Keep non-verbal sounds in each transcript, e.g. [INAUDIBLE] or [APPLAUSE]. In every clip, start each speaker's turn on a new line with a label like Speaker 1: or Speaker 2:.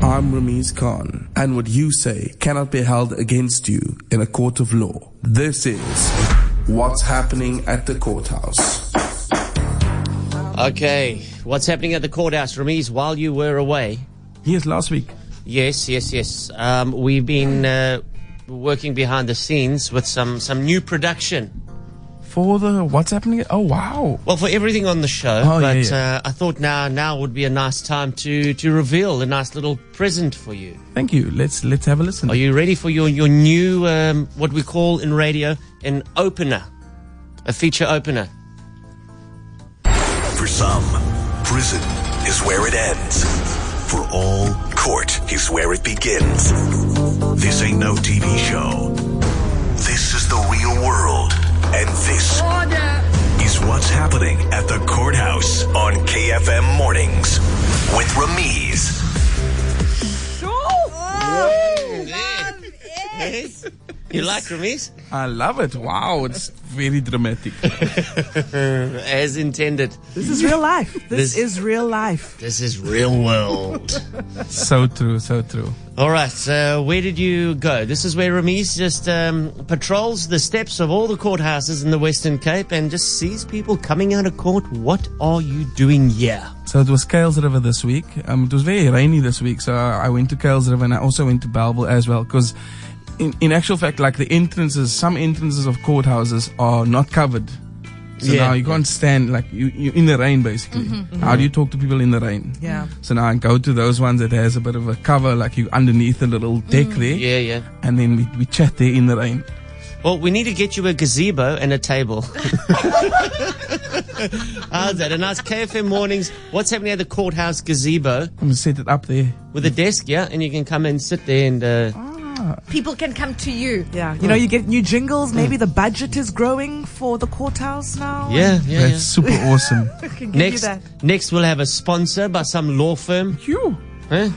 Speaker 1: I'm Ramiz Khan, and what you say cannot be held against you in a court of law. This is What's Happening at the Courthouse.
Speaker 2: Okay, what's happening at the courthouse, Ramiz? While you were away,
Speaker 3: Yes, last week.
Speaker 2: yes, yes, yes, um, we've been uh, working behind the scenes with some some new production.
Speaker 3: For the what's happening? Oh wow!
Speaker 2: Well, for everything on the show,
Speaker 3: Oh, yeah,
Speaker 2: but
Speaker 3: yeah.
Speaker 2: Uh, I thought now now would be a nice time to to reveal a nice little present for you.
Speaker 3: Thank you. Let's let's have a listen.
Speaker 2: Are you ready for your your new um, what we call in radio an opener, a feature opener?
Speaker 4: For some, prison is where it ends. For all, court is where it begins. This ain't no TV show. This is the real world. And this is what's happening at the courthouse on KFM Mornings with Ramiz.
Speaker 2: Yes. You like Ramiz?
Speaker 3: I love it. Wow, it's very dramatic.
Speaker 2: As intended.
Speaker 5: This is real life. This,
Speaker 2: This-
Speaker 5: is real life.
Speaker 2: This is real world.
Speaker 3: so true. So true.
Speaker 2: All right, uh, where did you go? This is where Ramiz just um, patrols the steps of all the courthouses in the Western Cape and just sees people coming out of court. What are you doing here?
Speaker 3: So it was Kales River this week. Um, it was very rainy this week, so I went to Kales River and I also went to Balbel as well because. In, in actual fact, like the entrances, some entrances of courthouses are not covered. So
Speaker 2: Yeah. Mm-hmm.
Speaker 3: now you can't stand, like, you, you in the rain basically. How do you talk to people in the rain?
Speaker 5: Yeah.
Speaker 3: So now I go to those ones that has a bit of a cover, like you underneath a little deck there.
Speaker 2: Mm. Yeah, yeah.
Speaker 3: and then we, we chat there in the rain.
Speaker 2: Well, we need to get you a gazebo and a [LAUGHS] table. How's that? A nice KFM mornings. What's happening at the courthouse gazebo
Speaker 3: I'm gonna set it up there.
Speaker 2: with a desk, yeah? And you can come and sit there and. Uh,
Speaker 6: people can come to you.
Speaker 5: Yeah.
Speaker 2: Hmm.
Speaker 5: You know, you get new jingles. Maybe the budget is growing for the courthouse now. [LAUGHS]
Speaker 2: yeah, yeah, yeah.
Speaker 3: That's super
Speaker 2: [LAUGHS]
Speaker 3: awesome.
Speaker 5: I can give you
Speaker 2: Next,
Speaker 5: that.
Speaker 2: next, we'll have a sponsor by some law firm.
Speaker 3: you.
Speaker 2: Huh?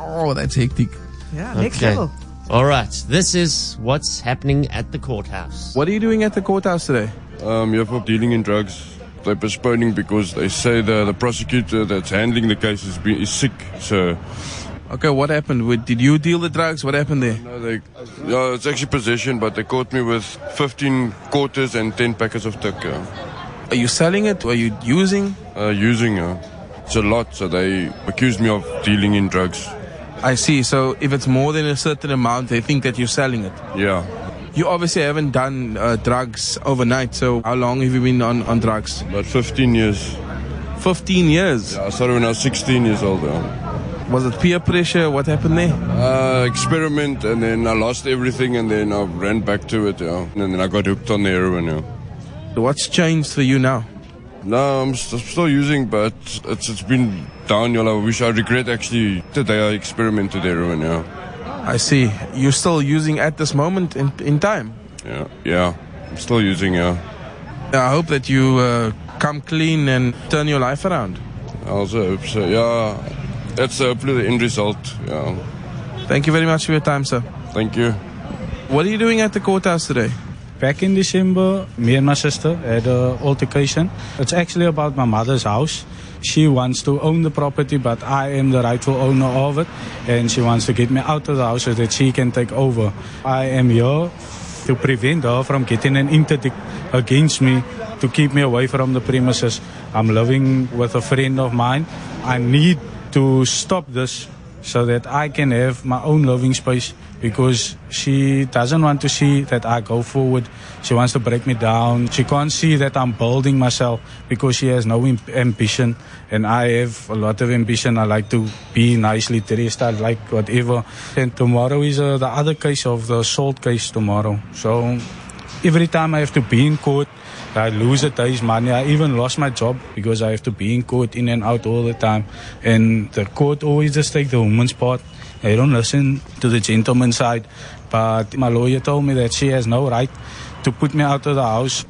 Speaker 3: Oh, that's hectic.
Speaker 5: Yeah. Next
Speaker 2: Okay.
Speaker 5: level.
Speaker 2: All right, this is what's happening at the courthouse.
Speaker 3: What are you doing at the courthouse today?
Speaker 7: Um, yeah, for dealing in drugs. They're postponing because they say the, the prosecutor that's handling the case is, be, is sick. So,
Speaker 3: Okay, what happened? What- Did you deal the drugs? What happened there?
Speaker 7: no, Uh, they, yeah, it's actually possession, but they caught me with 15 quarters and 10 packets of tuck. Yeah.
Speaker 3: Are you selling it? Are you using?
Speaker 7: Uh, using, uh, it's a lot, so they accused me of dealing in drugs.
Speaker 3: I see. So if it's more than a certain amount, they think that you're selling it.
Speaker 7: Yeah.
Speaker 3: You obviously haven't done uh, drugs overnight. So how long have you been on, on drugs?
Speaker 7: About 15 years.
Speaker 3: 15 years.
Speaker 7: I started when I was 16 years old. Yeah.
Speaker 3: Was it peer pressure? What happened there?
Speaker 7: Uh, experiment, and then I lost everything, and then I ran back to it. Yeah. And then I got hooked on the heroin. Yeah.
Speaker 3: What's changed for you now?
Speaker 7: No, I'm st- still using, but it's it's been downhill. I wish I regret actually that I experimented heroin. Yeah,
Speaker 3: I see. You're still using at this moment in, in time.
Speaker 7: yeah, yeah. I'm still using. Yeah,
Speaker 3: I hope that you uh, come clean and turn your life around.
Speaker 7: I also hope so. Yeah, that's hopefully the end result. Yeah,
Speaker 3: Thank you very much for your time, sir.
Speaker 7: thank you.
Speaker 3: What are you doing at the courthouse today?
Speaker 8: Back in December, me and my sister had an altercation. It's actually about my mother's house. She wants to own the property, but I am the rightful owner of it, and she wants to get me out of the house so that she can take over. I am here to prevent her from getting an interdict against me to keep me away from the premises. I'm living with a friend of mine. I need to stop this so that I can have my own living space because she doesn't want to see that I go forward. She wants to break me down. She can't see that I'm building myself because she has no imp- ambition and I have a lot of ambition. I like to be nicely dressed. I like whatever. And tomorrow is uh, the other case of the assault case tomorrow. So every time I have to be in court, I lose a day's money. I even lost my job because I have to be in court in and out all the time. And the court always just take the woman's part. They don't listen to the gentleman side. But my lawyer told me that she has no right to put me out of the house.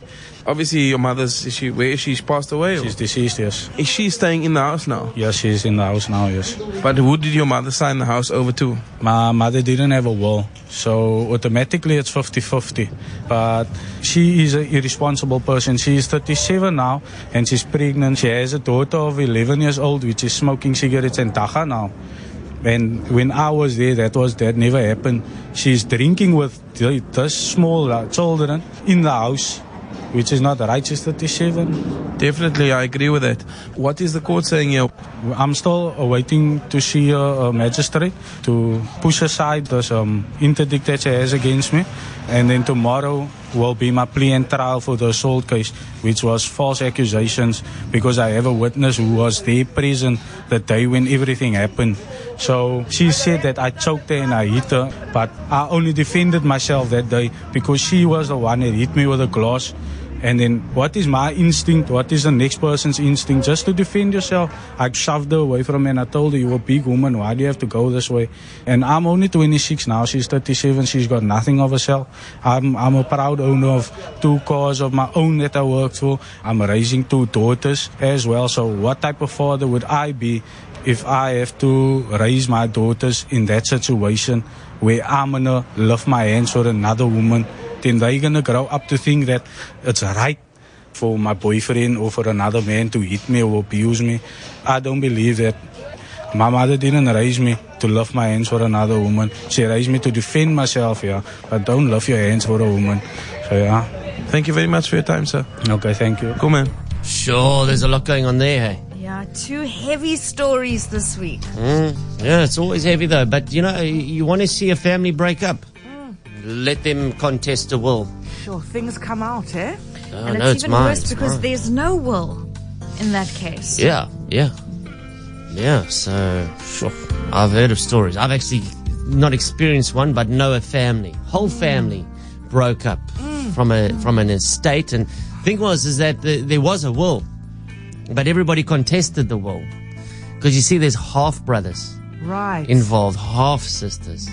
Speaker 3: Obviously, your mother's is she where is she? She's passed away. or-
Speaker 8: She's deceased, yes.
Speaker 3: Is she staying in the house now?
Speaker 8: Yes, she's in the house now, yes.
Speaker 3: But who did your mother sign the house over to?
Speaker 8: My mother didn't have a will, so automatically it's 50 50. But she is an irresponsible person. She is 37 now and she's pregnant. She has a daughter of 11 years old, which is smoking cigarettes and dacha now. And when I was there, that was that never happened. She's drinking with the, the small uh, children in the house, which is not righteous 37.
Speaker 3: Definitely, I agree with that. What is the court saying here?
Speaker 8: I'm still waiting to see a, a magistrate to push aside this um, interdict that she has against me. And then tomorrow will be my plea and trial for the assault case, which was false accusations because I have a witness who was there present the day when everything happened. So she said that I choked her and I hit her, but I only defended myself that day because she was the one that hit me with a glass. And then what is my instinct? What is the next person's instinct? Just to defend yourself. I shoved her away from her and I told her, you're a big woman. Why do you have to go this way? And I'm only 26 now. She's 37. She's got nothing of herself. I'm, I'm a proud owner of two cars of my own that I worked for. I'm raising two daughters as well. So what type of father would I be if I have to raise my daughters in that situation where I'm going to love my hands for another woman? then they're gonna grow up to think that it's right for my boyfriend or for another man to hit me or abuse me. I don't believe that. My mother didn't raise me to love my hands for another woman. She raised me to defend myself, yeah. But don't love your hands for a woman. So yeah.
Speaker 3: Thank you very much for your time, sir.
Speaker 8: Okay, thank you.
Speaker 3: Cool, man.
Speaker 2: Sure, there's a lot going on there, hey?
Speaker 6: Yeah, two heavy stories this week.
Speaker 2: Yeah, it's always heavy though. But you know, you want to see a family break up.
Speaker 5: Hmm.
Speaker 2: Let them contest a will.
Speaker 5: Sure, things come out, eh?
Speaker 2: Oh,
Speaker 6: and
Speaker 2: no,
Speaker 6: it's,
Speaker 2: it's
Speaker 6: even
Speaker 2: mine.
Speaker 6: worse
Speaker 2: it's
Speaker 6: because
Speaker 2: mine.
Speaker 6: there's no will in that case.
Speaker 2: Yeah, yeah. Yeah, so sure. I've heard of stories. I've actually not experienced one, but know a family. Whole family broke up from a from an estate and thing was is that the, there was a will. But everybody contested the will. Because you see there's half brothers
Speaker 5: Right.
Speaker 2: involved, half sisters,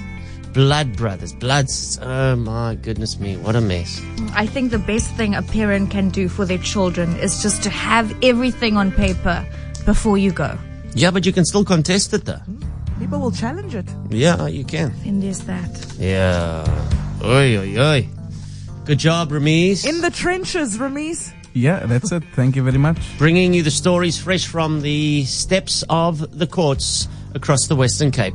Speaker 2: blood brothers, blood sisters. Oh my goodness me, what a mess.
Speaker 6: I think the best thing a parent can do for their children is just to have everything on paper before you go.
Speaker 2: Yeah, but you can still contest it though.
Speaker 5: People will challenge it.
Speaker 2: Yeah, you can.
Speaker 6: And there's that.
Speaker 2: Yeah. Oi, oi, oi. Good job, Ramiz.
Speaker 5: In the trenches, Ramiz.
Speaker 3: Yeah, that's it. Thank you very much.
Speaker 2: Bringing you the stories fresh from the steps of the courts across the Western Cape.